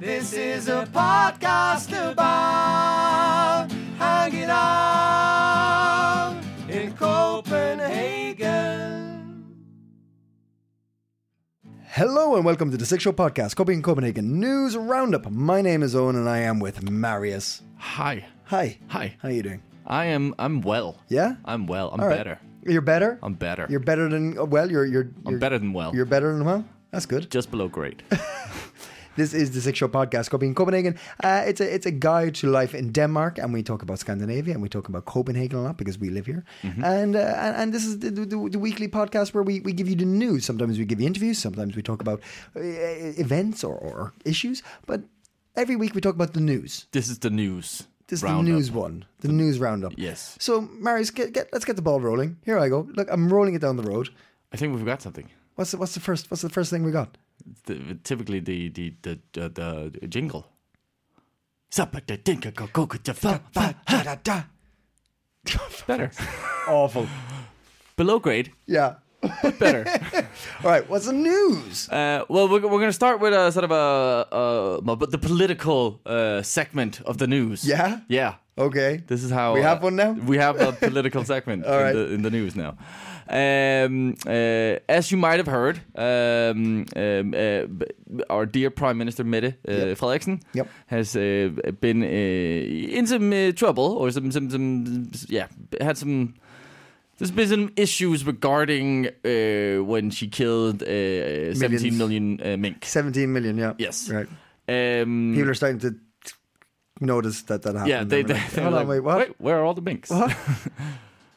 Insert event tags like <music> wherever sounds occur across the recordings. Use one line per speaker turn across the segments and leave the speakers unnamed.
This is a podcast about hanging out in Copenhagen.
Hello and welcome to the Six Show Podcast, Copenhagen, Copenhagen News Roundup. My name is Owen and I am with Marius.
Hi.
Hi.
Hi.
How you doing?
I am I'm well.
Yeah?
I'm well. I'm
All right.
better.
You're better?
I'm better.
You're better than, oh, well, you're, you're,
I'm
you're-
better than well.
You're better than, well, that's good.
just below
<laughs>
great.
This is the Six Show Podcast, Copenhagen, Copenhagen. Uh, it's, a, it's a guide to life in Denmark and we talk about Scandinavia and we talk about Copenhagen a lot because we live here. And, uh, and and this is the, the, the weekly podcast where we, we give you the news. Sometimes we give you interviews, sometimes we talk about uh, events or, or issues, but every week we talk about the news.
this is the news.
This is the
roundup.
news one, the, news roundup.
Yes.
So, Marius, get, get, let's get the ball rolling. Here I go. Look, I'm rolling it down the road.
I think we forgot something.
What's the, what's the first? What's the first thing we got?
The, typically the the the the, uh, the jingle. Better.
<laughs> Awful.
Below
<laughs>
grade,
Yeah.
but better.
All right. What's the news?
Uh, well, we're, we're going to start with a sort of a, a mo- but the political uh, segment of the news.
Yeah?
yeah.
Okay.
This is how
we have one now.
We have
<laughs>
a political segment in,
right.
the, in the news now. Um, uh, as you might have heard, um, um, uh, b- our dear Prime Minister Mette uh, Frederiksen
Yep.
has uh, been uh, in some uh, trouble or some, some, some, yeah, had some. There's been some issues regarding uh, when she killed uh, 17 million uh, mink.
Seventeen million. Yeah.
Yes.
Right.
Um,
People are starting to notice that that happened.
yeah, they,
And we're
they,
like,
they were
hold on,
like,
wait, what?
"Wait, where are all the minks?
What?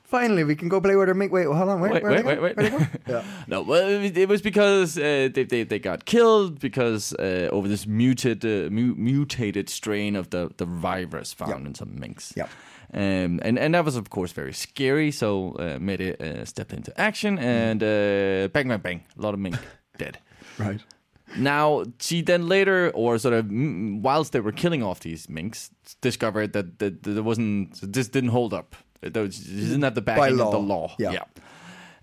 Finally, we can go play with our mink. Wait, hold on. Wait,
Wait,
where
wait,
they go?
wait,
Where
wait.
they
<laughs>
go? Yeah.
No, well, it it was because uh, they, they they got killed because uh, over this muted uh, mu- mutated strain of the the virus found in some minks.
Yep.
Um, and and that was of course very scary. So uh, Mette uh, stepped into action and
Mm.
uh, bang bang bang, a lot
<laughs>
of mink dead.
Right.
Now she then later, or sort of mm, whilst they were killing off these minks, discovered that, that, that there wasn't this didn't hold up. That was- She didn't have the backing
law.
of the law.
Yeah.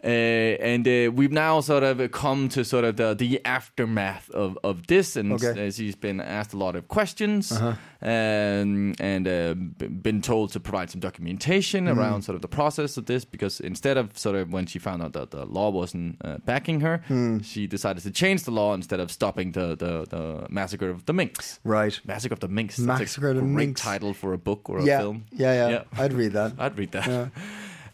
Uh, and uh, we've now sort of come to sort of the, the aftermath of, of this, and
Okay.
uh, she's been asked a lot of questions
Uh-huh.
um, and uh, b- been told to provide some documentation
Mm-hmm.
around sort of the process of this because instead of sort of when she found out that the law wasn't uh, backing her,
Hmm.
she decided to change the law instead of stopping the, the, the massacre of the minks.
Right.
Massacre of the minks. That's a
Massacre of the
great
Minks.
title for a book or a
Yeah.
film.
yeah. Yeah. I'd read that.
I'd read that. <laughs>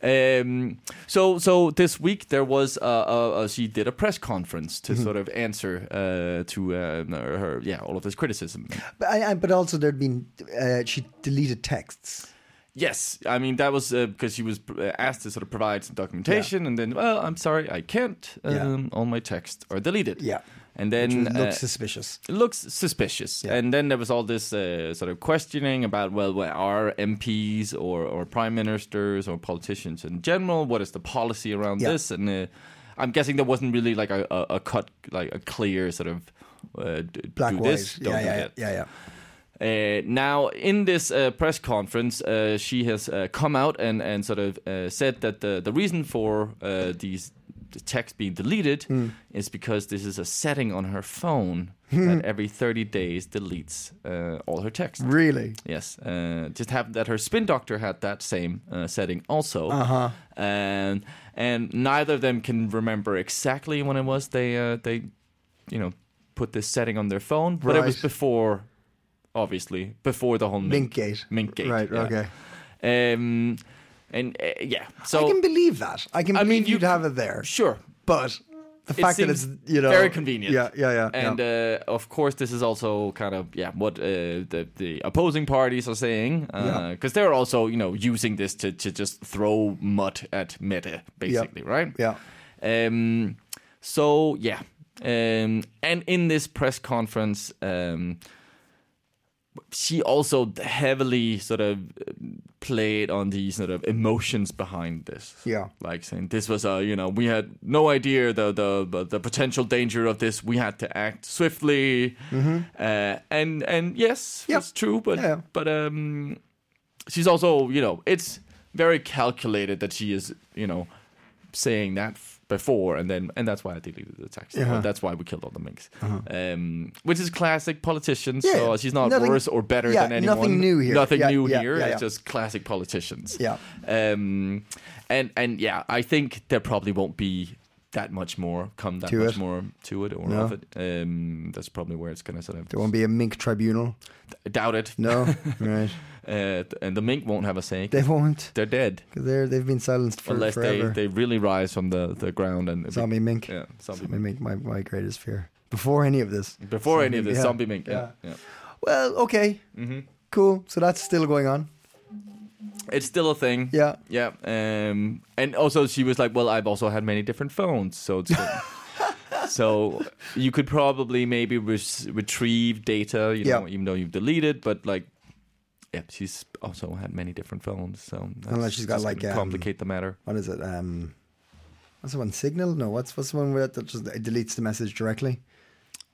Um, so, so this week there was uh, uh, uh, she did a press conference
Mm-hmm.
to sort of answer uh, to uh, her, her- yeah all of this criticism.
But, I, I, but also there'd been uh, she deleted texts.
Yes, I mean that was because she was uh, asked to sort of provide some documentation, and then well, I'm sorry, I can't. Um,
Yeah.
All my texts are deleted.
Yeah.
and then
Which
uh,
looks suspicious.
it looks suspicious. And then there was all this uh, sort of questioning about well, where are MPs or or prime ministers or politicians in general? What is the policy around
Yeah.
this? And uh, I'm guessing there wasn't really like a, a, a cut, like a clear sort of uh, d-
Black
do
white.
this, don't
yeah,
do
yeah,
that.
yeah, yeah.
Uh, now, in this uh, press conference, uh, she has uh, come out and, and sort of uh, said that the, the reason for uh, these the text being deleted is because this is a setting on her phone that every 30 days deletes uh, all her text.
Really?
Yes, uh, just happened that her spin doctor had that same uh, setting also, uh-huh. and and neither of them can remember exactly when it was they uh, they, you know, put this setting on their phone, but it was
Right.
before, obviously, before the whole
Mink
mink,
gate.
mink gate,
Right, okay.
okay, um, and uh, yeah, so
I can believe that. I can
I
believe
mean, you-
you'd have it there.
sure,
But the
it
fact that
seems
it's you know
very convenient.
Yeah, yeah, yeah.
And
yeah.
Uh, of course, this is also kind of yeah what uh, the the opposing parties are saying because
Yeah.
they're also you know using this to to just throw mud at Meta basically, right?
yeah.
Um, so yeah, um, and in this press conference, um, she also heavily sort of um, played on the sort of emotions behind this.
Yeah.
like saying this was a you know we had no idea the the the potential danger of this. We had to act swiftly. Uh, and and yes,
Mm-hmm. Yeah.
it's true, but
Yeah.
but um, she's also you know it's very calculated that she is you know saying that f- before and then and that's why I deleted the text.
Yeah. Uh-huh.
Or that's why we killed all the minks, um, which is classic politicians.
Yeah,
so
yeah.
she's not
Nothing-
worse or better
yeah,
than anyone.
nothing new here.
Nothing
Yeah,
new
yeah,
here.
yeah,
It's
yeah.
just classic politicians.
Yeah.
Um, and and yeah, I think there probably won't be that much more come that
To
much
it.
more to it or
No.
of it. Um, that's probably where it's gonna sort of
There won't be a mink tribunal.
doubt it. <laughs>
No, right?
Uh, and the mink won't have a say.
They won't.
They're dead.
'Cause They're they've been silenced for
Unless they,
forever.
they really rise from the, the ground and
zombie mink.
yeah, zombie,
Zombie
mink. Mm-hmm.
mink. My my greatest fear before any of this.
Before any of
Zombie-
this,
yeah,
zombie mink. Yeah, yeah.
Well, okay,
Mm-hmm.
cool. So that's still going on.
It's still a thing.
Yeah.
Yeah. Um, and also, she was like, "Well, I've also had many different phones, so it's
<laughs>
so you could probably maybe res- retrieve data, you know,
Yeah.
even though you've deleted, but like." Yeah, she's also had many different phones, so that's
Unless she's got,
just
like,
gonna
um,
complicate the matter.
What is it? Um, what's the one? Signal? No. What's what's the one where that just it deletes the message directly?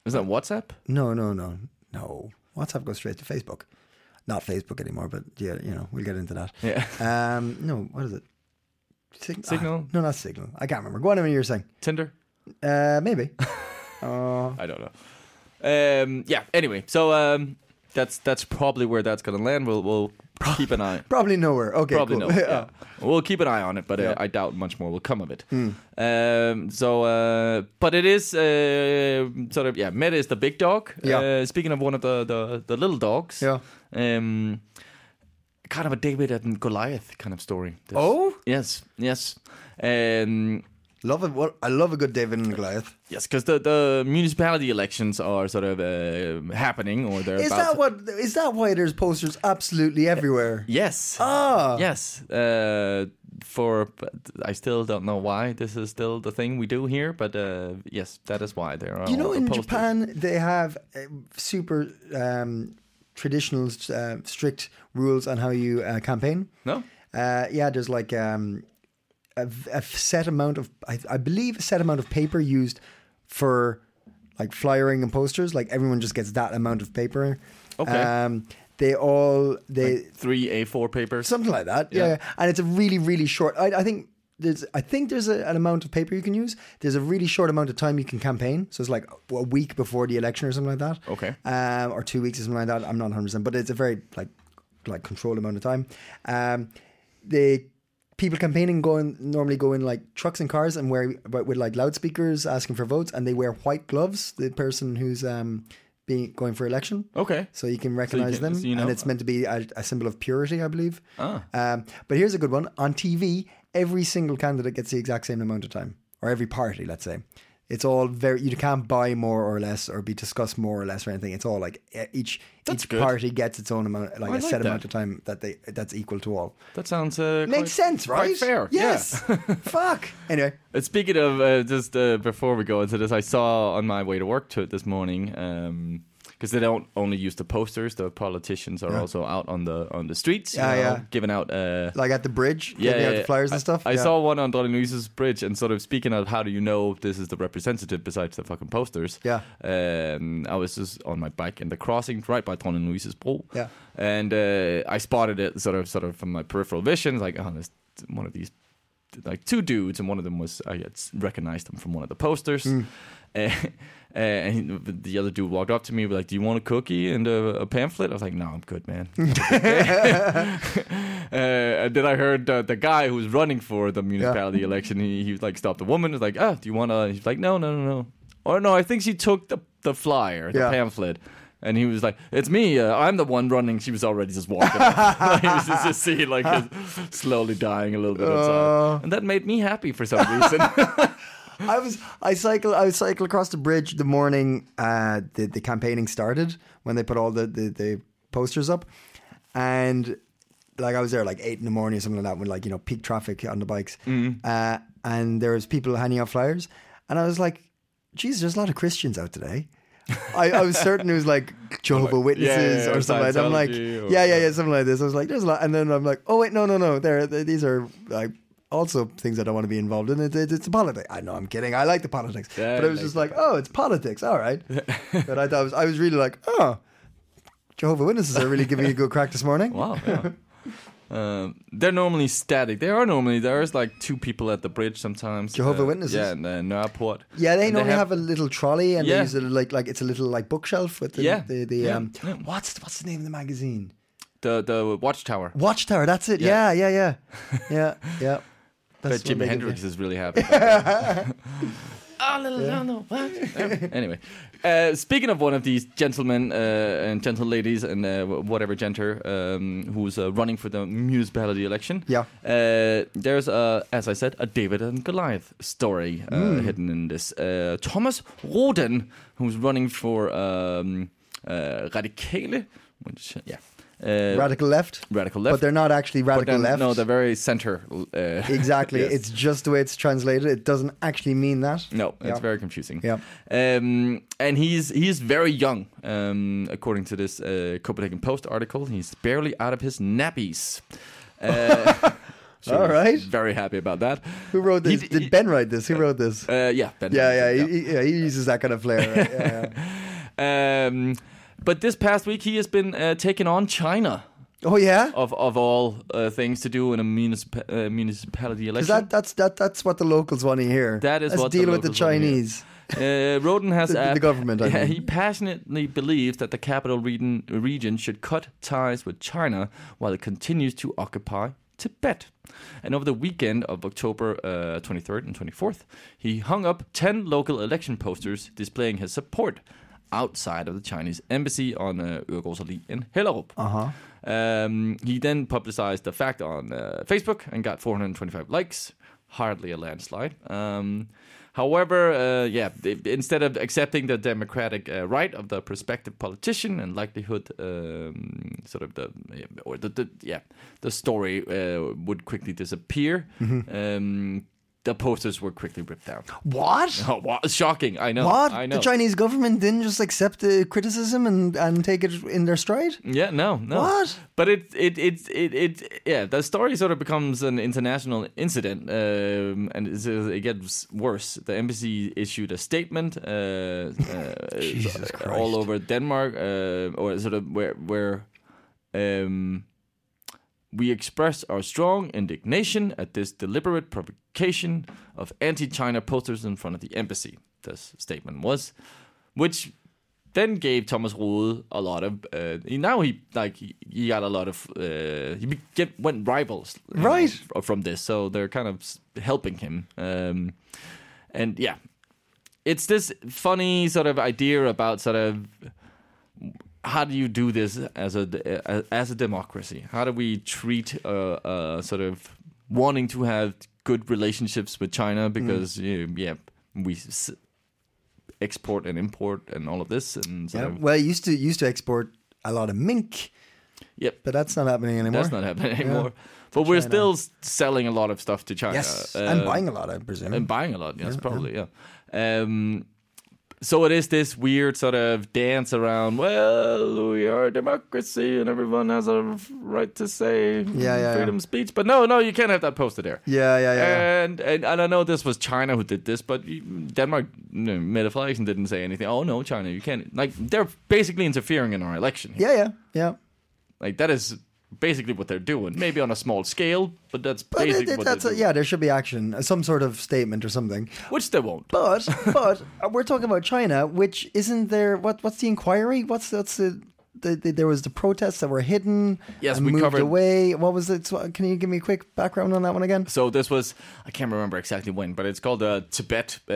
Is that WhatsApp?
No, no, no, no. WhatsApp goes straight to Facebook. Not Facebook anymore, but yeah, you know, we'll get into that.
Yeah, <laughs>
Um, no, what is it? Sig-
Signal?
Ah, no, not signal. I can't remember. Go on, I mean, you were saying.
Tinder.
Uh,
<laughs>
maybe. Oh,
I don't know. Um, yeah. Anyway, so um, that's that's probably where that's gonna land. We'll we'll keep an eye.
probably nowhere. Okay,
Probably
cool.
not.
<laughs>
Yeah. We'll keep an eye on it, but uh, I doubt much more will come of it.
Hmm.
Um, so, uh, but it is uh, sort of yeah. Meta is the big dog.
Yeah.
Uh, speaking of one of the the, the little dogs.
Yeah.
Um, kind of a David and Goliath kind of story. This.
Oh?
Yes. Yes. Um,
Love it. What I love a good David and Goliath.
yes, because the, the municipality elections are sort of uh, happening, or they're
Is
about
that
to-
what? Is that why there's posters absolutely everywhere?
Yes.
Ah.
Yes. Uh, for but I still don't know why this is still the thing we do here, but uh, yes, that is why there are.
You know,
all the
in
posters.
Japan, they have uh, super um, traditional, uh, strict rules on how you uh, campaign.
No.
Uh, yeah, there's like um, a, v- a set amount of, I, I believe, a set amount of paper used for like flyering and posters. Like everyone just gets that amount of paper.
Okay.
Um, they all they
Three A4 papers.
something like that. Yeah.
Yeah.
and it's a really really short. I, I think there's I think there's a, an amount of paper you can use. There's a really short amount of time you can campaign. So it's like a week before the election or something like that.
Okay.
um, or two weeks or something like that. I'm not 100, percent but it's a very like like controlled amount of time. Um, the people campaigning go in, normally go in like trucks and cars and wear but with like loudspeakers asking for votes, and they wear white gloves. The person who's um, being going for election.
Okay.
So you can recognize
can-
them,
so you know. Ah.
and it's meant to be a, a symbol of purity, I believe. Um, but here's a good one: on TV, every single candidate gets the exact same amount of time, or every party, let's say. It's all very. You can't buy more or less, or be discussed more or less, or anything. It's all like e- each
That's
each
good.
party gets its own amount, like
I
a
like
set
that.
amount of time that they that's equal to all.
That sounds uh, quite-
Makes sense, right?
quite fair. <laughs>
Yes.
Yeah.
Fuck. Anyway,
Uh, Speaking of uh, just uh, before we go into this, I saw on my way to work to it this morning because they don't only use the posters; the politicians are also out on the on the streets, you
Yeah,
know,
yeah.
giving out uh,
like at the bridge, yeah, out the flyers
I,
and stuff.
I
Yeah.
saw one on Don Luis's bridge, and sort of speaking of how do you know this is the representative besides the fucking posters?
Yeah.
Um, I was just on my bike in the crossing right by Don Luis's pool.
Yeah.
And uh, I spotted it sort of sort of from my peripheral vision, like oh, there's one of these like two dudes, and one of them was I had s- recognized him from one of the posters.
Hmm.
<laughs> Uh, and he- the other dude walked up to me, like, "Do you want a cookie and a, a pamphlet?" I was like, "No, I'm good, man." Uh, and then I heard uh, the guy who was running for the municipality election. He, he like stopped the woman. Was like, "Ah, do you want to?" He's like, "No, no, no, no." Or no, I think she took the the flyer, the
Yeah.
pamphlet, and he was like, "It's me. Uh, I'm the one running." She was already just
<laughs>
walking. <laughs> like, he was just, just seeing like
Uh. <laughs>
his slowly dying a little bit, inside. and that made me happy for some reason.
I was I cycle I would cycle across the bridge the morning uh, the the campaigning started when they put all the, the the posters up, and like I was there like eight in the morning or something like that when like you know peak traffic on the bikes,
Mm-hmm.
uh, and there was people handing out flyers, and I was like, geez, there's a lot of Christians out today. I, I was certain it was
<laughs>
like Jehovah Witnesses
yeah,
or something like that. I'm like,
Scientology or-
yeah, yeah, yeah, something like this. I was like, there's a lot, and then I'm like, oh wait, no, no, no, there, th- these are like also things I don't want to be involved in. It, it, it's politics. I know, I'm kidding. I like the politics,
Yeah,
but it
I
was
like
just like, oh, it's politics. All
<laughs>
right, but I thought I was, I was really like, oh, Jehovah Witnesses are really giving you a good crack this morning.
Wow. Yeah. um, they're normally static. They are normally there's like two people at the bridge sometimes.
Jehovah Witnesses?
Yeah, and uh, Nørreport.
Yeah, they
And
normally have, a little trolley, and they
Yeah.
use it like like it's a little like bookshelf with the
Yeah.
the, the
Yeah.
um
Yeah.
what's what's the name of the magazine
the the watchtower.
Watchtower. That's it. Yeah, yeah,
Yeah.
yeah,
<laughs>
yeah, yeah.
But
That's what
Jimi
they do,
Hendrix
yeah.
is really happy. <laughs> Oh, little Lionel, what? Um, anyway, uh, speaking of one of these gentlemen uh, and gentle ladies and uh, wh- whatever gender um, who's uh, running for the municipality election,
Yeah.
uh, there's a, as I said, a David and Goliath story uh,
Hmm.
hidden in this. Uh, Thomas Roden, who's running for um, uh, Radikale, which, yeah, uh,
Radical left.
Radical left.
But they're not actually
but
radical
then-
left.
No, they're very center. <laughs> Uh,
exactly.
yes.
It's just the way it's translated. It doesn't actually mean that.
No,
Yeah.
it's very confusing.
Yeah.
Um, and he's he's very young, um, according to this uh, Copenhagen Post article. He's barely out of his nappies.
<laughs>
Uh, so
All
we're
right.
Very happy about that.
Who wrote
He
this?
d-
Did Ben write this? Who wrote this?
Uh, yeah, Ben
yeah, yeah,
Henderson,
He, he- yeah. He uses that kind of flair. Right? Yeah,
<laughs>
yeah.
Um, but this past week, he has been uh, taking on China
Oh yeah.
of of all uh, things to do in a municip- uh, municipality
Because
election.
that, that's that that's what the locals want to hear.
That is
Let's
what the
deal with the
locals wanna hear.
Chinese.
Uh, Roden
<laughs>
has
The- the
app-
government, I
yeah,
mean.
he passionately believes that the capital region, region should cut ties with China while it continues to occupy Tibet. And over the weekend of October uh, 23rd and 24th, he hung up 10 local election posters displaying his support outside of the Chinese embassy on uh, Øregaards Allé in Hellerup. Uh-huh. Um, he then publicized the fact on uh, Facebook and got 425 likes. Hardly a landslide. Um, however, uh, yeah, they, instead of accepting the democratic uh, right of the prospective politician and likelihood, um, sort of the or the, the yeah, the story uh, would quickly disappear.
Mm-hmm.
Um, the posters were quickly ripped down. <laughs>
What?
Oh, wow, shocking! I know.
What?
I know.
The Chinese government didn't just accept the criticism and, and take it in their stride?
Yeah, no, no.
What?
But it, it, it, it, it yeah, the story sort of becomes an international incident, um, and it's, uh, it gets worse. The embassy issued a statement, uh, uh,
Jesus Christ.
all over Denmark, uh, or sort of where where. Um, we express our strong indignation at this deliberate provocation of anti China posters in front of the embassy, this statement was, which then gave Thomas Rode a lot of. Uh, he- now he like he, he got a lot of. Uh, he be- get, went rivals you know,
Right.
f- from this, so they're kind of s- helping him. Um, and yeah, it's this funny sort of idea about sort of how do you do this as a as a democracy? How do we treat uh, uh, sort of wanting to have good relationships with China
Mm.
because you know, yeah we s- export and import and all of this and sort
Yeah.
of,
Well, it used to used to export a lot of mink,
yep
but that's not happening anymore.
that's not happening anymore. But we're still s- selling a lot of stuff to China.
Yes,
Uh,
and buying a lot, I presume.
and buying a lot. Yes, probably. Yeah. Um, so it is this weird sort of dance around. Well, we are a democracy, and everyone has a right to say
Yeah, yeah,
freedom
yeah.
of speech. But no, no, you can't have that posted there.
yeah, yeah, yeah. yeah.
And, and and I know this was China who did this, but you- Denmark you know, made a flag and didn't say anything. Oh no, China, you can't. Like they're basically interfering in our election. here.
yeah, yeah, yeah.
Like that is basically what they're doing. Maybe on a small scale, but that's
But it,
basically
it,
what
that's
they're
a,
doing.
yeah. There should be action, uh, some sort of statement or something.
Which they won't.
But <laughs> but uh, we're talking about China, which isn't there. What what's the inquiry? What's that's the. The, the, there was the protests that were hidden
Yes,
and
we
moved
covered-
away. What was it? So, Can you give me a quick background on that one again?
So this was I can't remember exactly when, but it's called the Tibet. Uh,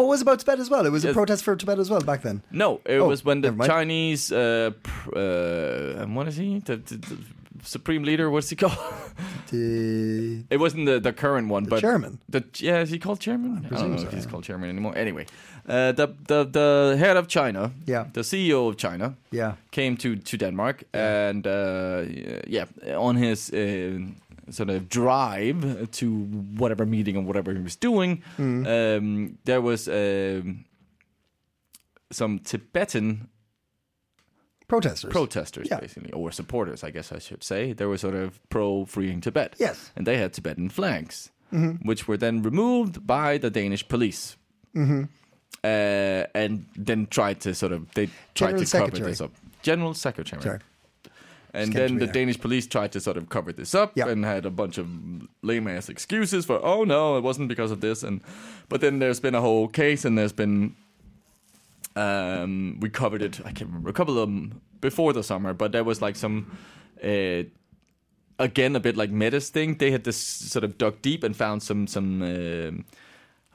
Oh, it was about Tibet as well. It was a
Yes.
protest for Tibet as well back then.
No, it
Oh,
was when the
never mind.
Chinese. Uh, pr- uh, what is he? The, the, the supreme leader. What's he called? <laughs>
the
It wasn't the, the current one, but
chairman.
The yeah, is he called chairman? I,
presume
don't know
so,
if he's
yeah.
called chairman anymore. Anyway, uh, the the the head of China,
Yeah.
the CEO of China,
yeah
came to to Denmark and uh, yeah, on his uh, sort of drive to whatever meeting or whatever he was doing,
Mm.
um, there was um, some Tibetan
protesters.
protesters
Yeah.
basically or supporters i guess i should say they were sort of pro freeing tibet
Yes. Mm-hmm.
and they had tibetan flags which were then removed by the danish police
Mm-hmm.
uh, and then tried to sort of they tried
General
to cover
Secretary.
this up general secretary
Sorry.
and
came to
then
me
the
there.
danish police tried to sort of cover this up
Yeah.
and had a bunch of lame ass excuses for oh no it wasn't because of this and but then there's been a whole case and there's been um, we covered it. I can't remember a couple of them before the summer, but there was like some, uh, again a bit like Metis thing. They had this sort of dug deep and found some some, um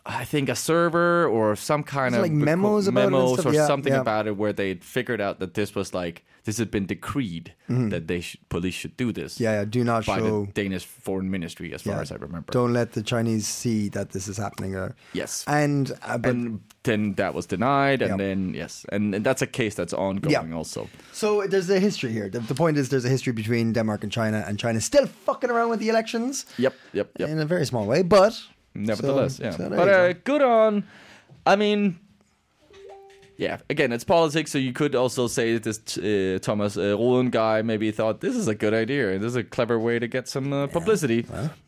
I think a server or some kind
Is it
of
like memos about it and
memos
stuff?
or
Yeah,
something
yeah.
about it where they had figured out that this was like this had been decreed that they should, police should do this.
Mm-hmm. Yeah, yeah, do not
by
show-
the Danish foreign ministry, as
Yeah.
far as I remember.
Don't let the Chinese see that this is happening. Or,
Yes.
and uh, but
and then that was denied, and
Yeah.
then yes, and, and that's a case that's ongoing
Yeah.
also.
So there's a history here. The, the point is there's a history between Denmark and China, and China's still fucking around with the elections.
Yep, yep, yep.
In a very small way, but
Nevertheless,
so-
yeah.
so there
but
you
uh,
go.
good on. I mean, yeah. Again, it's politics, so you could also say that this uh, Thomas uh, Roland guy maybe thought this is a good idea. This is a clever way to get some uh, publicity.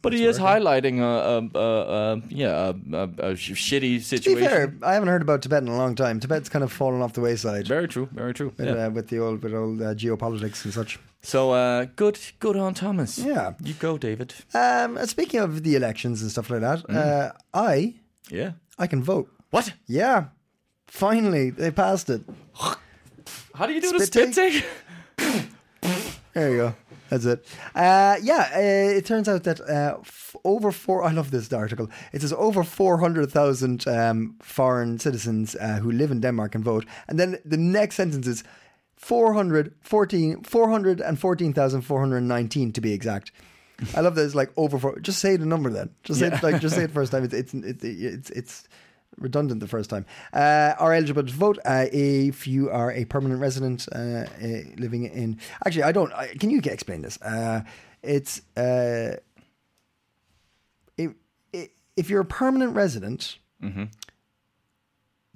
but he is highlighting a, a, a, a yeah a, a, a sh- shitty
to
situation.
be fair, I haven't heard about Tibet in a long time. Tibet's kind of fallen off the wayside
Very true. Very true.
with,
yeah.
uh, with the old with old uh, geopolitics and such.
so uh, good, good on Thomas.
Yeah.
You go, David.
Um, and speaking of the elections and stuff like that,
Mm.
uh, I
Yeah.
I can vote.
What?
Yeah, finally they passed it.
How do you do the
Spit
spit take? <laughs>
There you go. That's it. Uh, yeah, uh, it turns out that uh, f- over four. I love this article. It says over four hundred thousand um, foreign citizens uh, who live in Denmark can vote, and then the next sentence is 414 414,419 to be exact. I love that it's like over four. Just say the number then. Just say it, like just say it first time. It's it's it's it's. it's redundant the first time, uh, are eligible to vote uh, if you are a permanent resident uh, uh, living in. Actually, I don't. I, can you explain this? Uh, it's uh, if, if you're a permanent resident,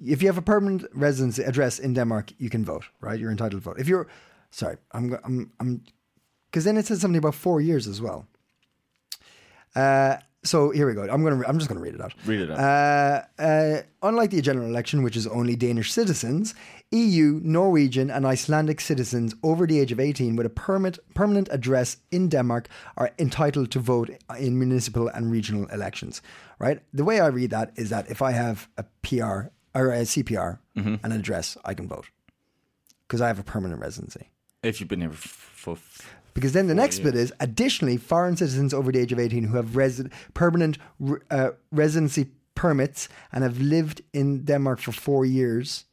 if you have a permanent residence address in Denmark, you can vote. Right, you're entitled to vote. If you're sorry, I'm go- I'm I'm because then it says something about four years as well. Uh, so here we go. I'm gonna. Re- I'm just gonna read it out.
Read it out.
Uh, uh, unlike the general election, which is only Danish citizens, EU, Norwegian, and Icelandic citizens over the age of 18 with a permit, permanent address in Denmark are entitled to vote in municipal and regional elections. Right. The way I read that is that if I have a PR or a CPR
Mm-hmm.
and an address, I can vote because I have a permanent residency.
If you've been here for, for
Because then the next bit is additionally, foreign citizens over the age of 18 who have resi- permanent re- uh, residency permits and have lived in Denmark for four years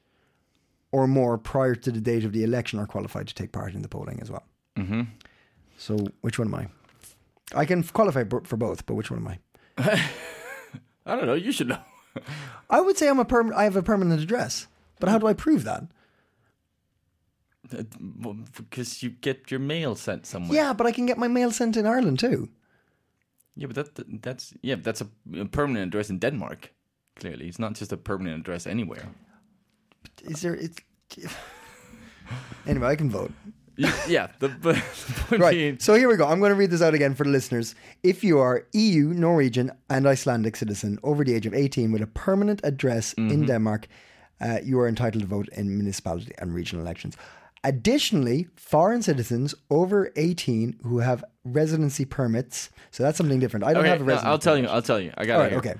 or more prior to the date of the election are qualified to take part in the polling as well. Mm-hmm. So, which one am I? I can qualify b- for both, but which one am I?
I don't know. You should know.
I would say I'm a perm- I have a permanent address, but how do I prove that?
Because you get your mail sent somewhere.
Yeah, but I can get my mail sent in Ireland too.
Yeah, but that that's yeah, that's a, a permanent address in Denmark. Clearly, it's not just a permanent address anywhere.
Is there? It's, <laughs> anyway, I can vote. <laughs>
Y- yeah, the, <laughs> the point being,
Right. So here we go. I'm going to read this out again for the listeners. If you are EU, Norwegian, and Icelandic citizen over the age of 18 with a permanent address
Mm-hmm.
in Denmark, uh, you are entitled to vote in municipality and regional elections. Additionally, foreign citizens over 18 who have residency permits. So that's something different. I don't
okay,
have a
no,
residency.
I'll tell you. I'll tell you. I got
All
it.
right,
here.
okay.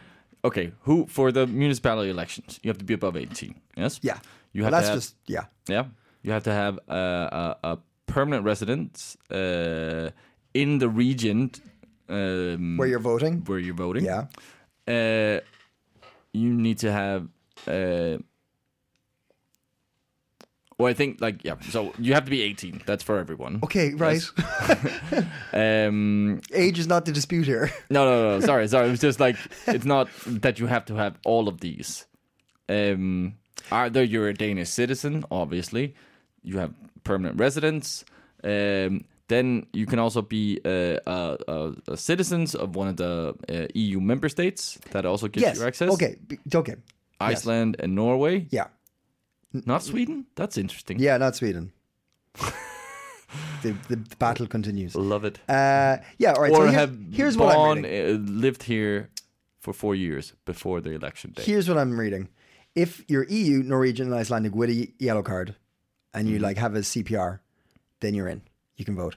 Okay. Who for the municipality elections? You have to be above eighteen. Yes.
Yeah. Well,
You have
that's
to have,
just yeah.
yeah. You have to have a a, a permanent residence uh, in the region um,
Where you're voting.
where you're voting.
Yeah.
uh, you need to have uh, Well, I think like yeah. So you have to be 18. That's for everyone.
Okay, right.
Um,
<laughs> Age is not the dispute here.
No, no, no. Sorry, sorry. It was just like it's not that you have to have all of these. Um, either you're a Danish citizen, obviously, you have permanent residence. Um, then you can also be uh, uh, uh, uh, citizens of one of the uh, EU member states. That also gives
yes.
you access.
Okay. b- Okay.
Iceland and Norway,
Yeah.
not Sweden. That's interesting.
Mm. Yeah, not Sweden. the, the the battle continues. Uh,
love it.
yeah. All right.
or
so here's,
have
here's what I'm
born,
reading.
uh, lived here for four years before the election day.
Here's what I'm reading. If you're EU, Norwegian, and Icelandic with a ye- yellow card, and
Mm-hmm.
you like have a CPR, then you're in. You can vote.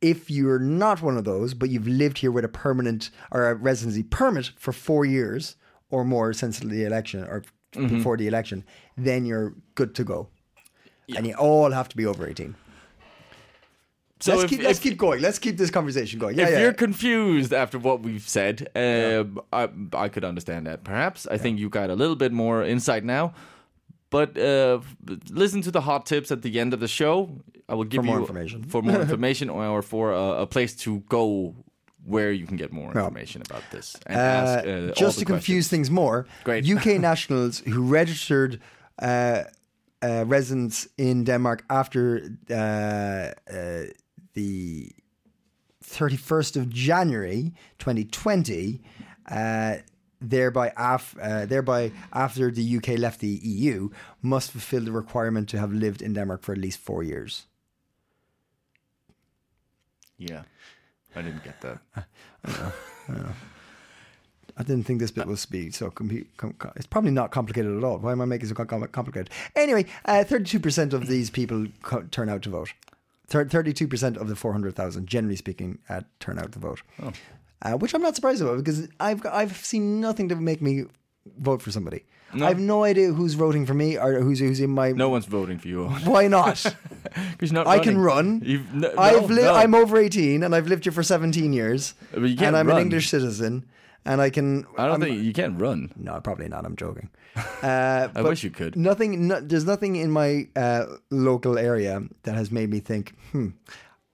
If you're not one of those, but you've lived here with a permanent or a residency permit for four years or more since the election or
Mm-hmm.
before the election, then you're good to go. And you all have to be over 18.
so
let's
if-
keep, let's
if-
keep going. Let's keep this conversation going. Yeah,
if
yeah.
you're confused after what we've said, um, I, I could understand that. Perhaps I think you got a little bit more insight now. But uh, f- listen to the hot tips at the end of the show. I will give
For more
you
information.
for
<laughs>
more information or, or for a, a place to go where you can get more
Yeah.
information about this. And ask, uh, all
just
the
to confuse
questions.
things more,
Great. <laughs>
UK nationals who registered uh, uh, residence in Denmark after uh, uh, the 31st of January 2020, uh, thereby, af- uh, thereby after the UK left the EU, must fulfill the requirement to have lived in Denmark for at least four years.
Yeah, I didn't get that.
I didn't think this
Uh,
bit was speed, so compu- com- com- it's probably not complicated at all. Why am I making it so com- com- complicated? Anyway, uh, thirty-two percent of these people co- turn out to vote. Thirty-two percent of the four hundred thousand, generally speaking, uh, turn out to vote,
Oh.
uh, which I'm not surprised about because I've got- I've seen nothing to make me vote for somebody. I have no idea who's voting for me or who's who's in my.
No one's voting for you.
Why not?
<laughs> 'Cause you're not
I can
running.
run.
You've- no-
I've
no,
li-
no.
I'm over 18 and I've lived here for 17 years.
But you can't
and I'm an
run.
English citizen and I can
I don't think you can run.
no, probably not. I'm joking. Uh,
I
but
wish you could.
Nothing. No, there's nothing in my uh, local area that has made me think, hmm,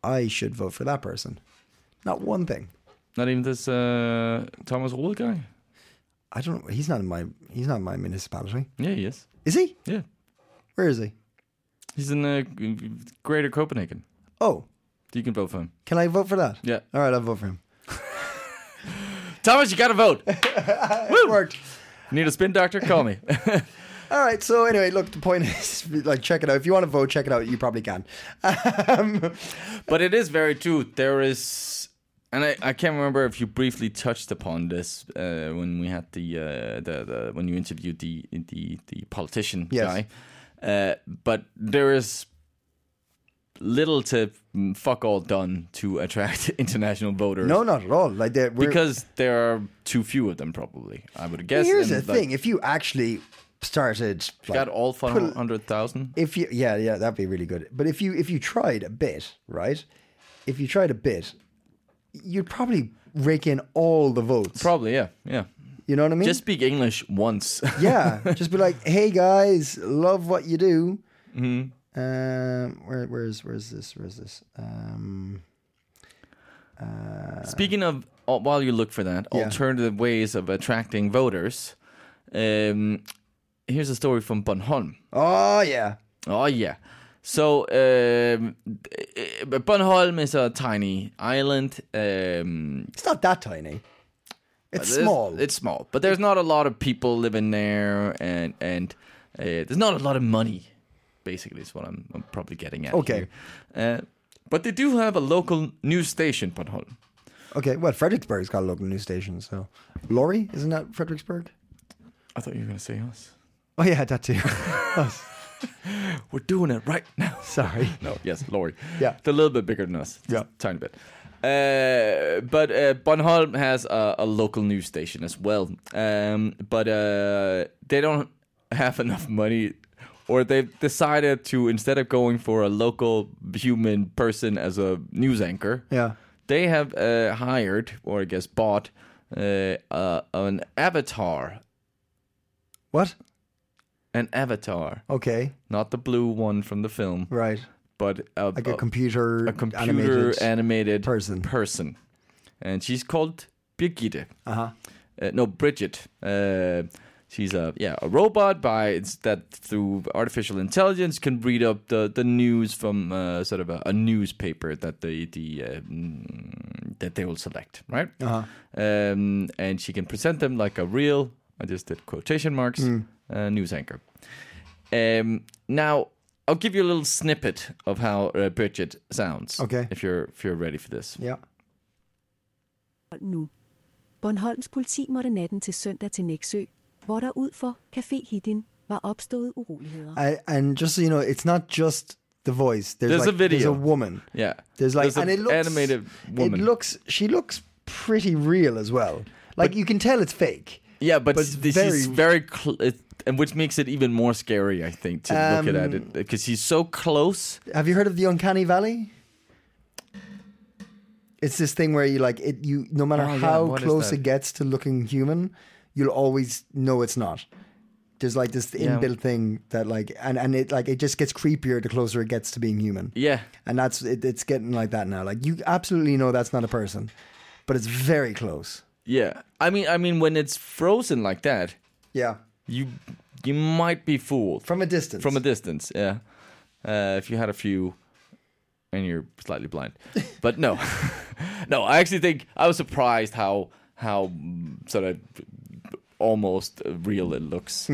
I should vote for that person. Not one thing.
Not even this uh, Thomas Rule guy.
I don't. He's not in my. He's not in my municipality.
Yeah, he is.
Is he?
Yeah.
Where is he?
He's in uh, Greater Copenhagen.
Oh,
You can vote for him.
can I vote for that? <laughs>
Yeah.
All right, I'll vote for him.
Thomas, you gotta
<laughs>
vote.
It worked.
Need a spin doctor? Call me.
All right. So anyway, look. The point <laughs> is, like, check it out. If you want to vote, check it out. You probably can. Um,
but it is very true. There is, and I, I can't remember if you briefly touched upon this uh, when we had the, uh, the the when you interviewed the the the politician
Yes.
guy. Uh, but there is little to mm, fuck all done to attract <laughs> international voters.
no, not at all. Like, they're- we're,
because there are too few of them probably i would guess
here's the
and, like,
thing: if you actually started, like,
got all fun
put-
100000
if you yeah yeah that'd be really good but if you if you tried a bit right if you tried a bit you'd probably rake in all the votes
probably yeah yeah
you know what i mean
just speak english once
<laughs>
<laughs>
yeah just be like hey guys love what you do
Mm-hmm.
um where where's where's this where's this um
speaking of uh, while you look for that alternative ways of attracting voters um here's a story from Bornholm.
oh yeah
Oh yeah. So um, uh, Bornholm is a tiny island. Um,
it's not that tiny it's
There's-
small
It's small, but there's not a lot of people living there, and and uh, there's not a lot of money. Basically, is what I'm, I'm probably getting at.
Okay.
here. Uh, but they do have a local news station, Bornholm.
okay well fredericksburg's got a local news station so Lorry, isn't that fredericksburg
I thought you were gonna say us.
oh yeah that
<laughs>
too <laughs>
We're doing it right now.
sorry
<laughs> No, yes, Lorry.
Yeah.
They're a little bit bigger than us. Just
Yeah.
a tiny bit. Uh, but uh, Bornholm has a, a local news station as well. Um, but uh, they don't have <laughs> enough money, or they've decided to, instead of going for a local human person as a news anchor,
Yeah.
they have uh, hired, or I guess bought, uh, uh, an avatar
what
an avatar,
Okay,
not the blue one from the film,
right.
but a,
Like a computer,
Oh, a computer
animated.
animated,
person.
person. and she's called Birgitte.
uh-huh.
Uh, no, Bridget. Uh, she's a yeah a robot by it's that through artificial intelligence can read up the the news from uh, sort of a, a newspaper that they the uh, mm, that they will select right.
Uh-huh.
Um, and she can present them like a real. I just did quotation marks.
Hmm.
Uh, news anchor. Um, now I'll give you a little snippet of how uh, Bridget sounds.
Okay.
If you're if you're ready for this.
Yeah.
Hold nu. Bornholms politi måtte natten til søndag til Næksø, hvor der ud for Café Hidden var opstået uroligheder.
I, and just so you know, it's not just the voice. There's,
There's
like,
a video.
There's a woman.
Yeah.
There's like
There's
and
a
it looks
animated woman.
It looks. She looks pretty real as well. Like you can tell it's fake.
Yeah, but,
But
s- this
very-
is very cl- it, and which makes it even more scary, I think, to look at it because he's so close.
Have you heard of the uncanny valley? It's this thing where you like it. You no matter
Oh, yeah,
how
what is
close
that?
it gets to looking human, you'll always know it's not. There's like this inbuilt thing that like and and it like it just gets creepier the closer it gets to being human.
Yeah,
and that's it, it's getting like that now. Like you absolutely know that's not a person, but it's very close.
yeah. I mean, I mean, when it's frozen like that,
Yeah,
you you might be fooled
from a distance.
from a distance. Yeah, uh, if you had a few, and you're slightly blind, but no, <laughs> no. I actually think I was surprised how how mm, sort of almost real it looks.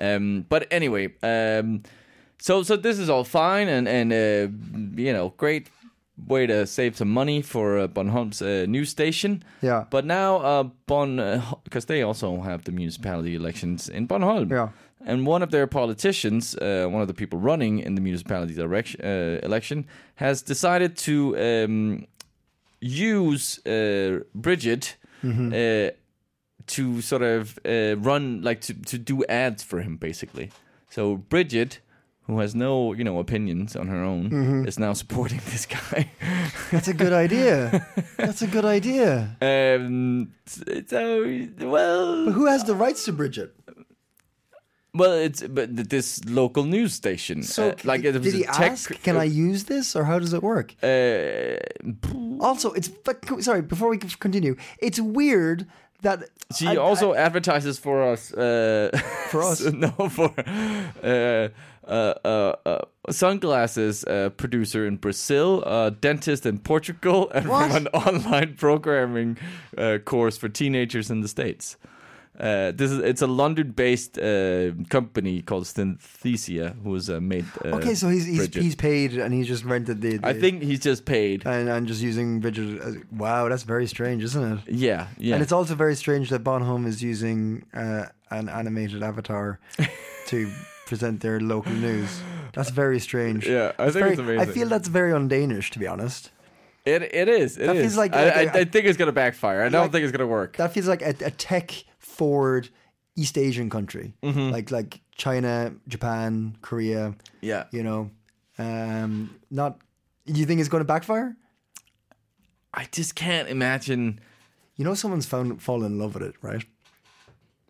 Um, but anyway, um, so so this is all fine and and uh, you know great way to save some money for uh, Bornholm's uh, news station.
Yeah.
But now uh, Bon because they also have the municipality elections in Bornholm.
Yeah.
And one of their politicians, uh, one of the people running in the municipality direction, uh, election, has decided to um, use uh, Bridget uh, to sort of uh, run like to, to do ads for him basically. So Bridget, who has no you know opinions on her own, is now <laughs> supporting this guy. <laughs>
That's a good idea. that's a good idea.
um, so well,
But <laughs> who has the rights to Bridget?
well, it's but th- this local news station.
So
uh, like it was
did he
a tech,
ask? Can I use this, or how does it work?
Uh,
also, it's but sorry. Before we continue, it's weird that
she
I-
also
I-
advertises for us. Uh,
For
<laughs>
us?
no, for uh, uh, uh, uh, sunglasses uh, producer in Brazil, a dentist in Portugal, and
What?
an <laughs> online programming uh, course for teenagers in the states. Uh, this is it's a London-based uh, company called Synthesia, who's uh, made. Uh,
okay, so he's he's,
Bridget.
he's Uh, paid and he's just rented the.
I
the-
think he's just paid.
And, and just using Bridget. As, wow, that's very strange, isn't it?
yeah, yeah.
And it's also very strange that Bonhomme is using uh, an animated
<laughs>
avatar to present their local news. That's very strange.
Yeah, I think
very,
it's amazing.
I feel that's very undanish, to be honest.
It it is. It
That feels
is.
like-
I,
like
I,
a-
I think it's gonna backfire. I don't
like-
think it's gonna work.
That feels like a, a tech forward East Asian country,
Mm-hmm.
like like China, Japan, Korea.
Yeah.
you know, um, not. You think it's going to backfire?
I just can't imagine.
You know, someone's found fallen in love with it, right?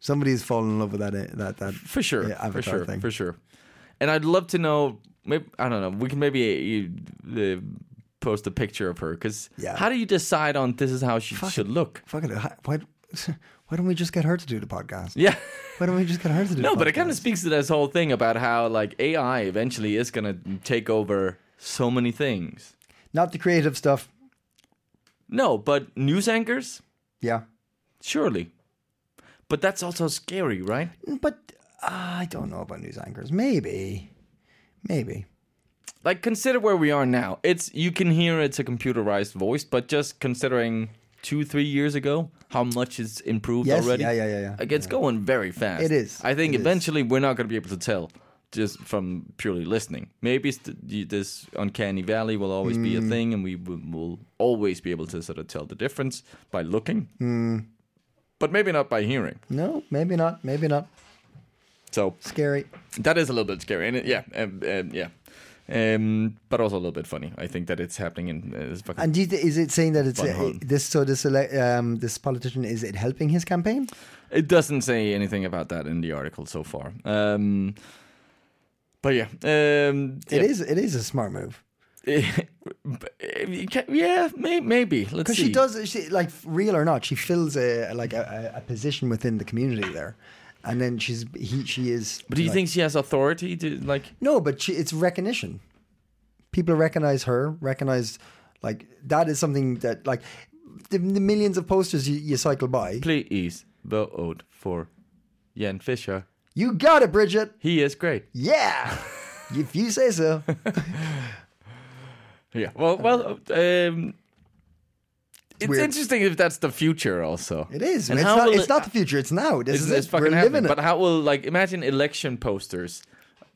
Somebody's fallen in love with that that that
For sure.
yeah,
for
avatar
sure.
thing.
For sure. And I'd love to know. Maybe I don't know. We can maybe uh, uh, post a picture of her because
Yeah.
how do you decide on this is how she should look?
Fuck it. hi- Why, <laughs> why don't we just get her to do the podcast?
<laughs> Yeah.
Why don't we just get her to do the
no,
podcast?
but it kind of speaks to this whole thing about how like AI eventually is gonna take over so many things.
Not the creative stuff.
No, but news anchors
Yeah.
surely. But that's also scary, right?
But uh, I don't know about news anchors. Maybe. Maybe.
like consider where we are now. It's you can hear it's a computerized voice, but just considering two, three years ago, how much it's improved
Yes,
already.
yeah, yeah, yeah, yeah.
Like it's going very fast.
It is,
I think
it is.
eventually we're not going to be able to tell just from purely listening. Maybe it's the- the- this uncanny valley will always be a
Mm.
thing, and we will will always be able to sort of tell the difference by looking,
Mm.
but maybe not by hearing.
No, maybe not. Maybe not.
So
Scary.
that is a little bit scary, and it, yeah, um, um, yeah. um, but also a little bit funny. I think that it's happening in uh, this fucking.
And do you th- is it saying that it's
Von
uh,
Holm.
this? So this ele- um, this politician is it helping his campaign?
It doesn't say anything about that in the article so far. Um, but yeah, um,
It
yeah.
is. It is a smart move
<laughs> uh, You can- yeah, may, maybe. Let's
because
see.
she does. She, like real or not, she fills a like a, a, a position within the community there, and then she's he, she is.
But do you
like-
think she has authority to like?
No, but she, it's recognition. People recognize her, recognize like that is something that like the, the millions of posters you, you cycle by.
Please vote for Jan Fisher.
You got it, Bridget.
He is great.
Yeah, <laughs> if you say so.
Yeah. Well, well, um, it's
weird.
interesting if that's the future. Also,
It is.
And
it's
how
not.
will
It's
it-
not the future. It's now. This
It's,
is
it's
it.
fucking
We're living
happening.
it.
But how will like imagine election posters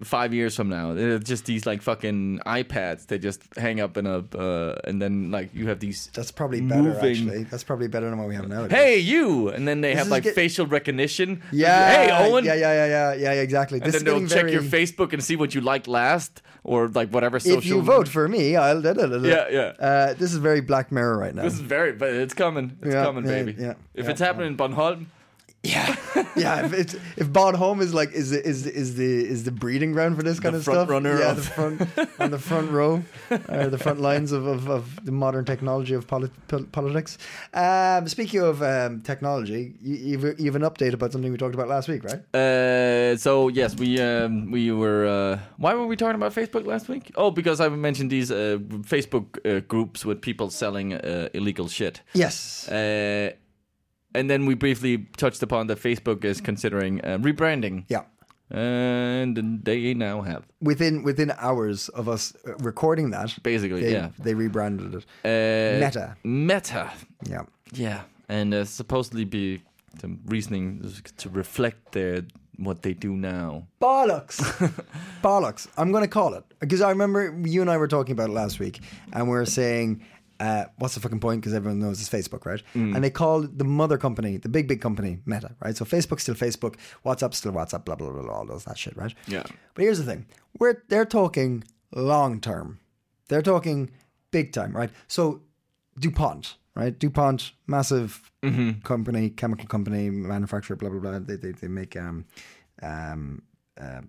five years from now? They're just these like fucking iPads. They just hang up in a uh, and then like you have these.
That's probably better.
moving-
Actually, that's probably better than what we have now.
Hey you! And then they have
is
like
get-
facial recognition.
Yeah.
Hey Owen.
Yeah, yeah, yeah, yeah, yeah. yeah, Exactly.
And
This
then they'll
is
check
getting
your
very-
Facebook and see what you liked last, or like whatever social.
If you vote for me, I'll. Da, da, da, da.
Yeah, yeah.
Uh, this is very Black Mirror right now.
This is very, but it's coming. It's
Yeah,
coming,
yeah,
baby.
yeah,
if
yeah,
it's happening in Bonholm,
yeah, yeah. If it's, if Bonholm is like is the, is the- is the is the breeding ground for this kind of
front
stuff,
runner
yeah,
of-
the front on the front row, uh, the front lines of, of, of the modern technology of polit- pol- politics. Um, speaking of um, technology, you, you've you've an update about something we talked about last week, right?
Uh, so yes, we um, we were. Uh, why were we talking about Facebook last week? Oh, because I mentioned these uh, Facebook uh, groups with people selling uh, illegal shit.
Yes.
Uh, and then we briefly touched upon that Facebook is considering uh, rebranding,
yeah.
and they now have
Within within hours of us uh, recording that,
basically,
they,
yeah,
they rebranded it.
uh,
Meta.
Meta,
Yeah.
yeah, and uh, supposedly be some reasoning to reflect their what they do now.
Bollocks. <laughs> Bollocks. I'm going to call it because I remember you and I were talking about it last week, and we were saying. Uh, what's the fucking point? Because everyone knows it's Facebook, right? And they called the mother company, the big, big company, Meta, right? So Facebook's still Facebook, WhatsApp's still WhatsApp, blah, blah, blah, blah all those that shit, right?
Yeah.
But here's the thing: we're they're talking long term, they're talking big time, right? So DuPont, right? DuPont, massive company, chemical company, manufacturer, blah blah blah. They they, they make um um uh,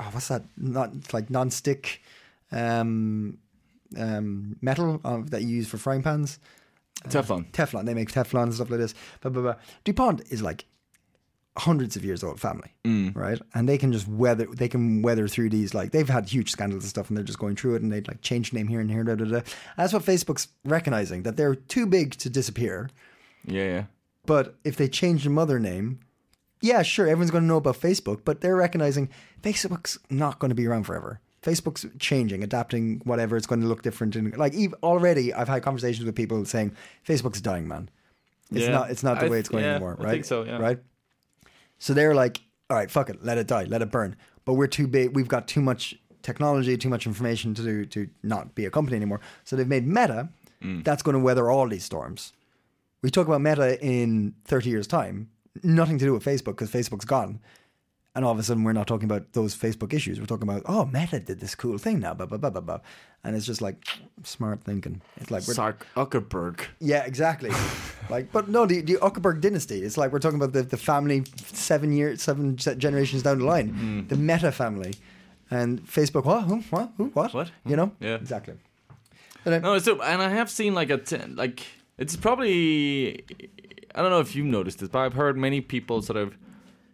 oh, what's that? Not it's like non-stick um um metal uh, that you use for frying pans.
Teflon.
Teflon. They make Teflon and stuff like this. Blah blah blah. DuPont is like hundreds of years old family, right? And they can just weather. They can weather through these. Like they've had huge scandals and stuff, and they're just going through it. And they like change name here and here. Da, da, da. That's what Facebook's recognizing that they're too big to disappear.
Yeah, yeah.
But if they change the mother name, yeah, sure, everyone's going to know about Facebook. But they're recognizing Facebook's not going to be around forever. Facebook's changing, adapting, whatever. It's going to look different. And like ev already, I've had conversations with people saying Facebook's dying, man. It's
Yeah.
not. It's not the
I
way
th-
it's going
yeah,
anymore,
I
right?
think so, yeah.
Right. So they're like, all right, fuck it, let it die, let it burn. But we're too big. We've got too much technology, too much information to do, to not be a company anymore. So they've made Meta.
Mm.
That's going to weather all these storms. We talk about Meta in 30 years' time. Nothing to do with Facebook because Facebook's gone. And all of a sudden, we're not talking about those Facebook issues. We're talking about, oh, Meta did this cool thing now, blah, blah, blah, blah, blah. And it's just like smart thinking. It's like, we're,
Sark Zuckerberg.
yeah,
<laughs>
exactly. like, but no, the, the Zuckerberg dynasty. It's like we're talking about the, the family seven years, seven se- generations down the line,
Mm-hmm.
the Meta family, and Facebook. What? Who? What? Who? What?
What?
You know?
Yeah.
exactly. And then-
No, it's dope. and I have seen like a ten, like it's probably I don't know if you've noticed this, but I've heard many people sort of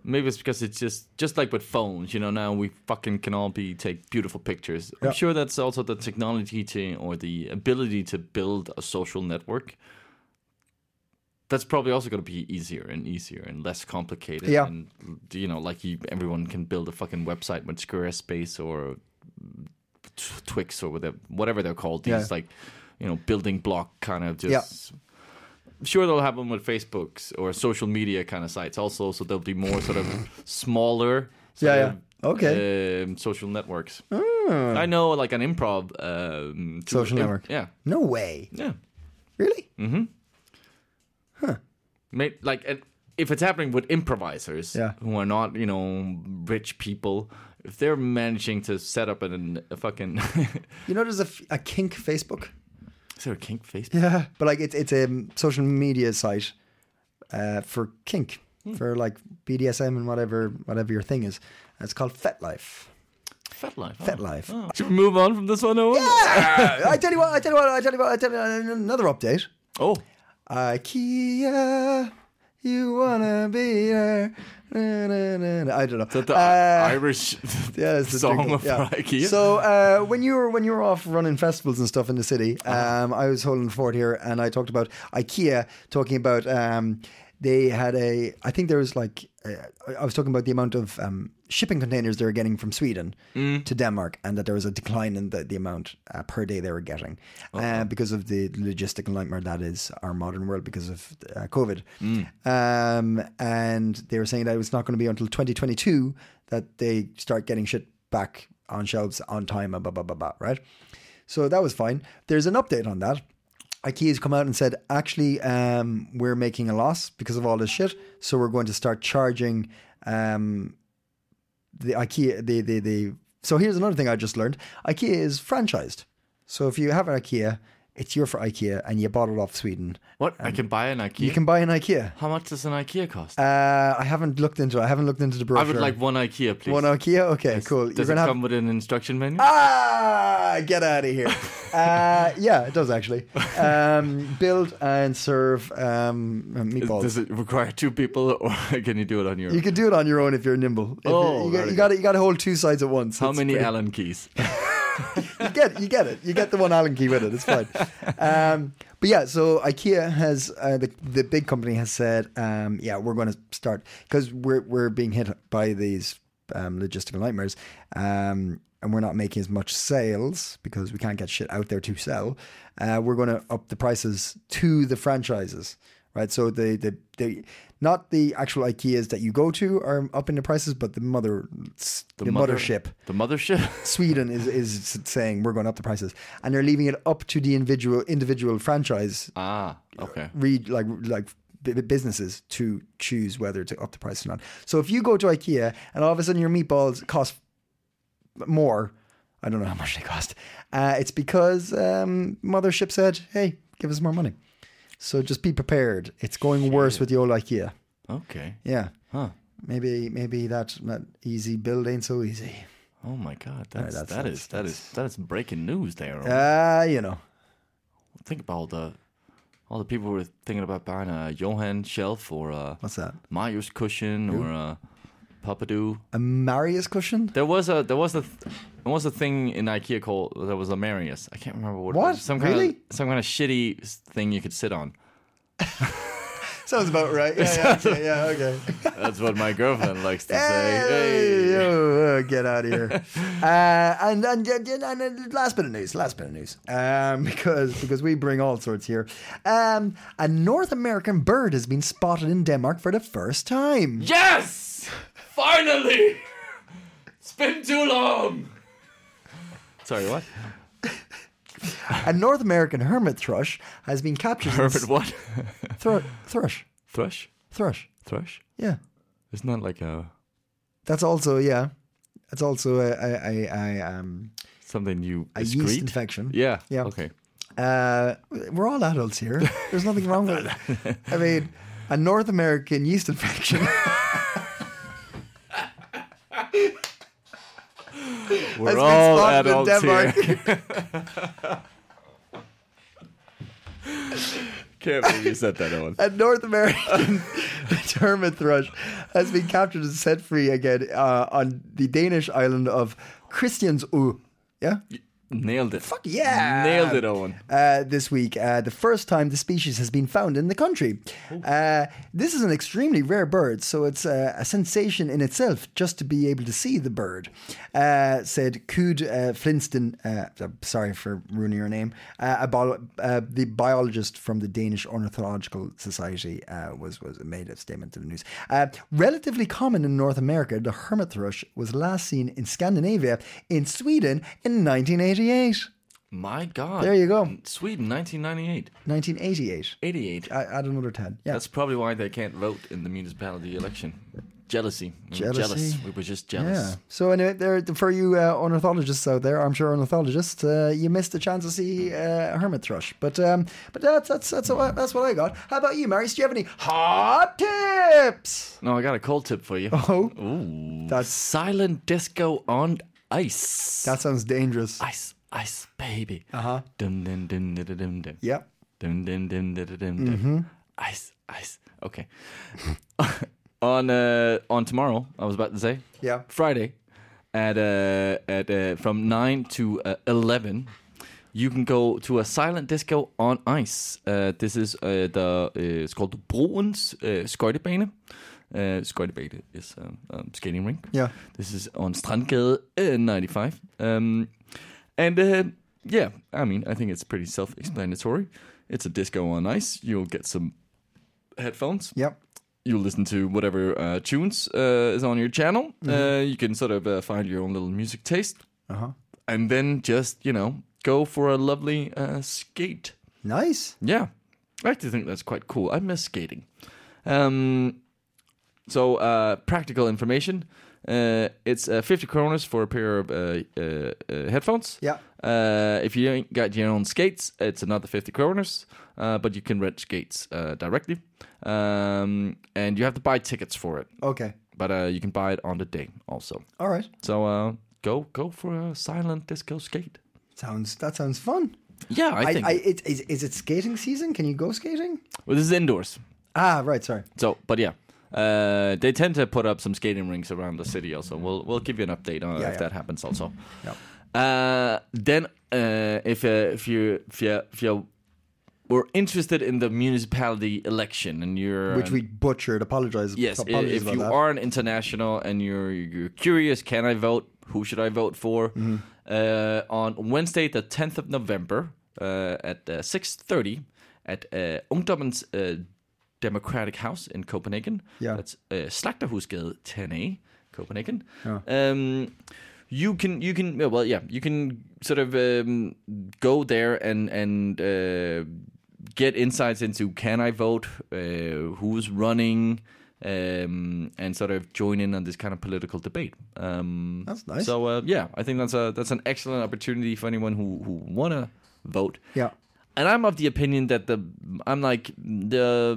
maybe it's because it's just just like with phones, you know. Now we fucking can all be take beautiful pictures.
Yeah.
I'm sure that's also the technology to or the ability to build a social network. That's probably also going to be easier and easier and less complicated.
Yeah.
and you know, like you, everyone can build a fucking website with Squarespace or Tw- Twix or whatever, whatever they're called. These
Yeah.
like, you know, building block kind of just. Sure, they'll have them with Facebooks or social media kind of sites also. So they'll be more sort of smaller.
Yeah,
sort
yeah.
of,
Okay. Ah.
Um, social networks. I know, like an improv um, tool-
Social network.
Yeah,
no way.
yeah.
Really?
Mm. Made, like, and if it's happening with improvisers
Yeah.
who are not, you know, rich people if they're managing to set up an, a fucking <laughs>
You know, there's a, f- a kink Facebook.
is there a kink Facebook?
Yeah, but like it's it's a social media site uh, for kink, for like BDSM and whatever whatever your thing is. And it's called FetLife.
FetLife. oh.
FetLife.
Oh. Should we move on from this one, Owen?
Ah, I tell you what. I tell you what. I tell you what. I tell you uh, another update.
Oh,
IKEA, you wanna be there? Na, na, na, na. I don't know.
that the
Uh,
Irish <laughs>
yeah, it's the
song
jingle,
of
yeah.
Ikea.
So uh, when you were when you were off running festivals and stuff in the city, um, I was holding fort here, and I talked about IKEA, talking about um, they had a. I think there was like uh, I- I was talking about the amount of um, shipping containers they were getting from Sweden to Denmark, and that there was a decline in the, the amount uh, per day they were getting uh, because of the logistical nightmare that is our modern world because of uh, COVID. Um, and they were saying that it was not going to be until 2022 that they start getting shit back on shelves on time and blah blah blah blah right so that was fine there's an update on that ikea's come out and said actually um, we're making a loss because of all this shit so we're going to start charging um, the ikea the, the the so here's another thing i just learned ikea is franchised so if you have an ikea it's your for ikea and you bought it off sweden
what? I can buy an IKEA.
you can buy an ikea
How much does an IKEA cost?
uh, i haven't looked into it i haven't looked into the brochure
I would like one IKEA, please.
one ikea okay cool
Does it come with an instruction menu?
Ah, get out of here.
<laughs>
uh, yeah, it does actually. Um, build and serve um, uh, meatballs.
Does it require two people, <laughs> or can you do it on your?
you
own?
can do it on your own if you're nimble. If you-
Oh,
you,
very
got, you got to you got to hold two sides at once.
How
It's
many
pretty-
Allen
<laughs>
keys?
you get you get it. You get the one Allen key with it. It's fine. Um, but yeah, so IKEA has uh, the the big company has said, um, yeah, we're going to start because we're we're being hit by these um, logistical nightmares, um, and we're not making as much sales because we can't get shit out there to sell. Uh, we're going to up the prices to the franchises. Right, so the, the the not the actual IKEAs that you go to are up in the prices, but the mother the,
mother-
mothership. <laughs>
The mothership.
Sweden is, is saying we're going up the prices, and they're leaving it up to the individual individual franchise
ah, okay.
read like like b- businesses to choose whether to up the price or not. So if you go to IKEA and all of a sudden your meatballs cost more, I don't know how much they cost. Uh, it's because um, mothership said, "Hey, give us more money." So just be prepared. It's going worse with the old IKEA.
Okay.
Yeah.
Huh.
Maybe maybe that, that easy build ain't so easy.
Oh my God. That's,
that's-
that's, that
that's-
is that is that is breaking news there.
Ah, you know.
Think about all the all the people who were thinking about buying a Johan uh, shelf or a
What's that?
Myers cushion or a Papadoo.
A Marius cushion?
There was a there was a th- there was a thing in IKEA called there was a Marius. I can't remember what. it
What?
was. Some kind
Really?
of some kind of shitty s- thing you could sit on.
<laughs> Sounds about right. Yeah, yeah, okay, yeah, <laughs> okay.
That's what my girlfriend likes
<laughs>
to
Hey,
say. Hey.
yo, uh, get out of <laughs> here. Uh, and, and, and, and, and last bit of news, last bit of news, um, <laughs> because because we bring all sorts here. Um, a North American bird has been spotted in Denmark for the first time.
Yes! Finally! It's been too long.
<laughs>
Sorry, what?
A North American hermit thrush has been captured. in
Hermit
s-
what?
thru- thrush,
Thrush?
thrush.
Thrush?
Yeah,
Isn't that like a
that's also yeah, that's also a, a, a, a um
something you
a yeast
excrete?
infection.
Yeah.
Yeah.
Okay.
Uh, we're all adults here. There's nothing wrong with it. I mean, a North American yeast infection. <laughs>
We're
been
all
spotted in
adults here. <laughs> Can't believe you said
<laughs>
that, Owen.
a North American <laughs> hermit thrush has been captured and set free again uh, on the Danish island of Christiansø. Yeah.
Nailed it. Fuck
yeah.
Nailed it, Owen.
uh, this week, uh, the first time the species has been found in the country. Uh, this is an extremely rare bird, so it's uh, a sensation in itself just to be able to see the bird, uh, said Cood uh, Flinston. Uh, I'm sorry for ruining your name. Uh, a bio- uh, the biologist from the Danish Ornithological Society uh, was, was made a statement to the news. Uh, relatively common in North America, the hermit thrush was last seen in Scandinavia, in Sweden, in 1988.
My God.
There you go.
Sweden, 1998.
1988.
88.
I add another 10. Ah, Yeah.
That's probably why they can't vote in the municipality election. Jealousy. We were jealous.
Jealousy.
We were just
Yeah.
jealous.
So anyway, there for you uh, ornithologists out there, I'm sure ornithologists, uh, you missed the chance to see uh, a hermit thrush. But um, but that's that's that's what, that's what I got. How about you, Marius? Do you have any hot tips?
No, I got a cold tip for you.
Oh, that's
Silent disco on ice.
that sounds dangerous.
ice, ice, baby. Uh huh. Dum dum dum dum dum dum.
Uh-huh. Yeah.
Dum dum dum dum dum dum.
Mm-hmm.
Ice, ice. Okay. <laughs> on uh, on tomorrow, I was about to say.
Yeah.
Friday, at uh, at uh, from nine to uh, eleven. You can go to a silent disco on ice. Uh, this is uh, the uh, it's called the Broens uh, skøjtebane. Uh, skøjtebane is um, um, skating rink.
Yeah.
This is on Strandgade uh, 95. Um, and uh, yeah, I mean, I think it's pretty self explanatory. It's a disco on ice. You'll get some headphones.
Yep.
You'll listen to whatever uh, tunes uh, is on your channel. Uh, you can sort of uh, find your own little music taste.
Uh-huh.
And then just, you know, go for a lovely uh, skate.
Nice.
Yeah, I actually think that's quite cool. I miss skating. Um, so uh, practical information. Uh, it's uh, 50 kroners for a pair of uh, uh, uh, headphones.
Yeah.
Uh, if you ain't got your own skates, it's another 50 kroners, uh, but you can rent skates uh, directly. Um, and you have to buy tickets for it,
Okay.
but uh, you can buy it on the day also.
All right.
So uh, go go for a silent disco skate.
Sounds that sounds fun.
Yeah, I, think.
I, it, is, is it skating season? Can you go skating?
well, this is indoors.
Ah, right. Sorry.
So, but yeah, uh, they tend to put up some skating rinks around the city. Also, we'll we'll give you an update on
Yeah,
if
yeah.
that happens. Also,
Yeah.
uh, then uh, if uh, if you if you if you were interested in the municipality election and you're
Which
an-
we butchered. Apologize.
Um, Yes, i-
Apologies
if
about
you
that.
are an international and you're you're curious, can I vote? Who should I vote for?
Mm-hmm.
Uh, on Wednesday, the 10th of November, uh, at uh, 6:30 at uh, Ungdommens uh, Democratic House in Copenhagen.
Yeah.
that's uh, Slagterhusgade 10A, Copenhagen. Um, you can you can yeah, well yeah you can sort of um, go there and and uh, get insights into can I vote, uh, who's running, um, and sort of join in on this kind of political debate. Um,
That's nice.
So uh, yeah, I think that's a that's an excellent opportunity for anyone who who wanna vote.
Yeah.
And I'm of the opinion that the I'm like the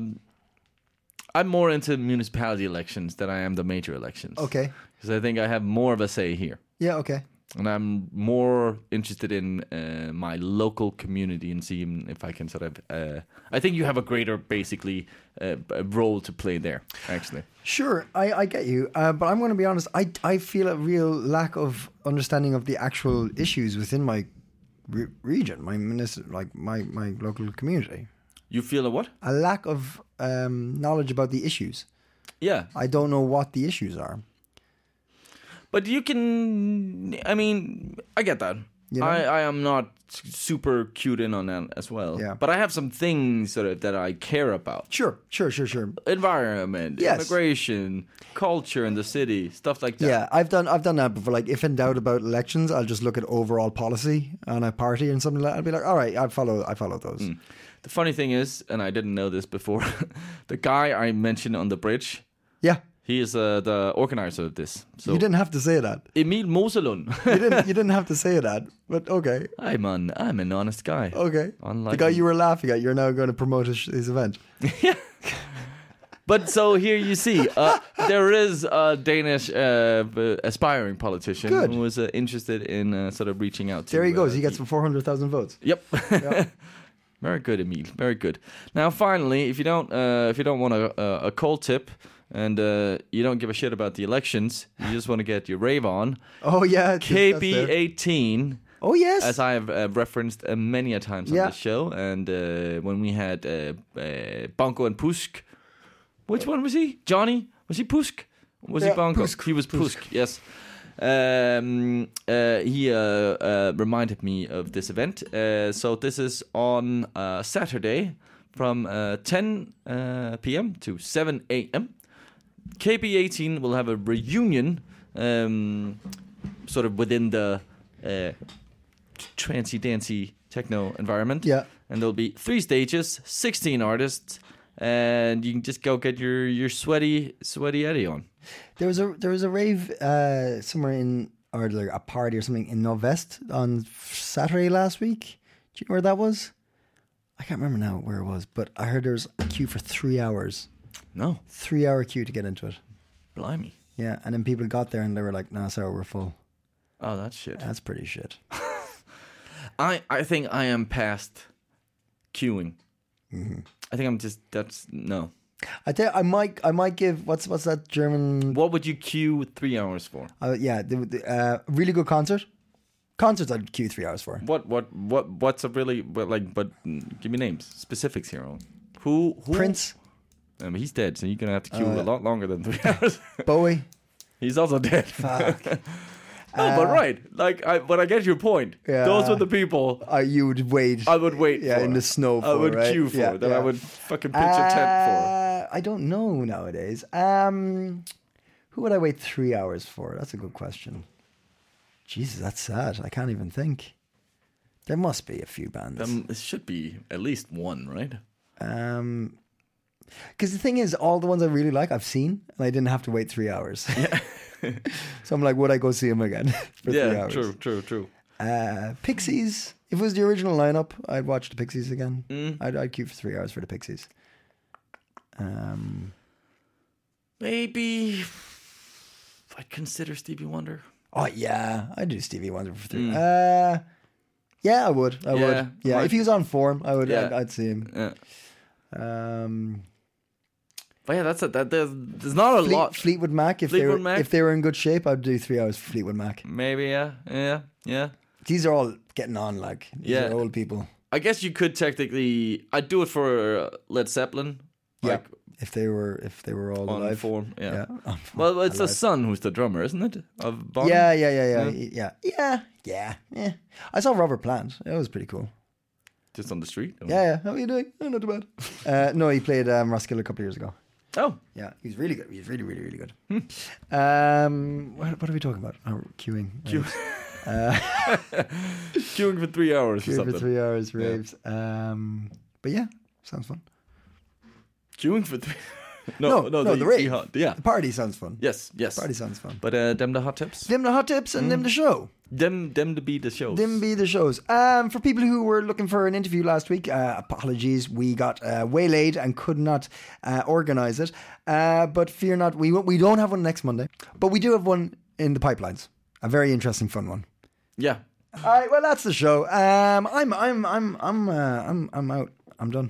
I'm more into municipality elections than I am the major elections.
Okay.
Because I think I have more of a say here,
Yeah. Okay.
and I'm more interested in uh, my local community and seeing if I can sort of. Uh, I think you have a greater, basically, uh, b- role to play there. Actually,
Sure, I, I get you, uh, but I'm going to be honest. I, I feel a real lack of understanding of the actual issues within my re- region, my municipal, like my, my local community.
you feel a what?
A lack of um, knowledge about the issues.
Yeah,
I don't know what the issues are.
but you can. I mean, I get that.
You know?
I, I am not s- super cued in on that as well.
Yeah.
But I have some things sort of that I care about.
Sure, sure, sure, sure.
Environment,
Yes.
immigration, culture in the city, stuff like that.
Yeah. I've done I've done that before. Like, if in doubt about elections, I'll just look at overall policy on a party and something like. I'll be like, all right, I follow, I follow those.
The funny thing is, and I didn't know this before, <laughs> the guy I mentioned on the bridge,
Yeah,
he is uh, the organizer of this. So
you didn't have to say that.
Emil Moselund. <laughs>
You didn't, you didn't have to say that. But okay,
I'm an I'm an honest guy.
Okay.
Unlike
the guy you were laughing at, you're now going to promote his, his event.
But so here you see, uh, there is a Danish uh, b- aspiring politician
Good.
who is uh, interested in uh, sort of reaching out to.
There he goes.
uh, e-,
He gets 400,000 votes.
Yep. <laughs> Very good, Emil. Very good. Now, finally, if you don't, uh, if you don't want a, a, a cold tip, and uh, you don't give a shit about the elections, you just want to get your rave on.
Oh, yeah. KPA.
KB18,
Oh, yes.
as I have uh, referenced uh, many a times on
Yeah.
this show, and uh, when we had uh, uh, Bonko and Pusk, which one was he? Johnny? Was he Pusk? Was he
Yeah,
Bonko?
Pusk.
He was Pusk. Yes. Um, uh, he uh, uh, reminded me of this event. Uh, so this is on uh, Saturday from uh, 10 uh, p.m. to 7 a.m. KB18 will have a reunion, um, sort of within the uh, trancy dancy techno environment.
Yeah.
and there'll be three stages, 16 artists, and you can just go get your your sweaty sweaty Eddie on.
There was a there was a rave uh, somewhere in or like a party or something in Novest on Saturday last week. Do you know where that was? I can't remember now where it was, but I heard there was a queue for three hours,
No,
three hour queue to get into it.
blimey.
Yeah, and then people got there and they were like, "No, sorry, we're full."
Oh, that's shit.
That's pretty shit.
I I think I am past queuing. I think I'm just that's no.
I tell you, I might I might give what's what's that German
What would you queue three hours for?
Uh, yeah, the, the, uh, really good concert. Concerts I'd queue three hours for.
What what what what's a really but like but mm, give me names specifics here. Owen. Who, who
Prince, Uh,
Um, he's dead, so you're gonna have to queue a lot longer than three <laughs> hours.
Bowie.
he's also dead. <laughs> no, but right, like I but I get your point.
Uh, Yeah.
Those were the people
Uh, you would wait.
I would wait.
Yeah,
for.
in the snow.
I
for,
would
right?
queue for
Yeah,
that. I
yeah.
would fucking pitch a tent
Uh, I don't know nowadays. Um, who would I wait three hours for? That's a good question. Jesus, that's sad. I can't even think. There must be a few bands.
for. Um, it should be at least one, right?
Um, because the thing is, all the ones I really like, I've seen, and I didn't have to wait three hours. <laughs>
<laughs>
so I'm like, would I go see them again <laughs> for three
yeah,
hours?
true, true, true.
Uh, Pixies. If it was the original lineup, I'd watch the Pixies again.
Mm.
I'd, I'd queue for three hours for the Pixies. Um,
Maybe I'd consider Stevie Wonder.
oh yeah, I'd do Stevie Wonder for three. Uh, yeah, I would. I
Mm. Yeah,
would. Yeah,
right.
if he was on form, I would.
Yeah.
I'd, I'd see him.
Yeah.
Um,
But yeah, that's it. That there's, there's not a
Fleet-
lot.
Fleetwood Mac. If they
Fleetwood
were,
Mac.
if they were in good shape, I'd do three hours for Fleetwood Mac.
Maybe yeah, yeah, yeah.
These are all getting on, like these
Yeah.
are old people.
I guess you could technically. I'd do it for uh, Led Zeppelin. Like
If they were, if they were all
on
alive.
form. Yeah.
Yeah. on form.
Well, it's the son who's the drummer, isn't it? Of Bonham?
Yeah, yeah, yeah, yeah, yeah, yeah, yeah, yeah. I saw Robert Plant. That was pretty cool.
Just on the street.
Yeah, yeah. How are you doing? Oh, not
<laughs>
too bad. Uh, no, he played um, Roskilde a couple of years ago.
Oh,
Yeah, he's really good. He's really, really, really good.
Hmm.
um, what, what are we talking about? Oh,
<laughs>
queuing. Queuing
queuing for three hours or
for
something.
three hours, raves. Um, but yeah, sounds fun.
Queuing for three. <laughs> no, no, the, E
rave.
hot- yeah.
the party sounds fun.
Yes. Yes.
party sounds fun.
But uh, them the hot tips.
Them the hot tips and
Hmm.
them the show.
Them them to be the show.
Them be the shows. Um, for people who were looking for an interview last week, uh, apologies, we got uh, waylaid and could not uh, organise it. Uh, but fear not, we won't- we don't have one next Monday, but we do have one in the pipelines. A very interesting, fun one.
Yeah.
All right, well, that's the show. Um, I'm I'm I'm I'm uh, I'm I'm out. I'm done.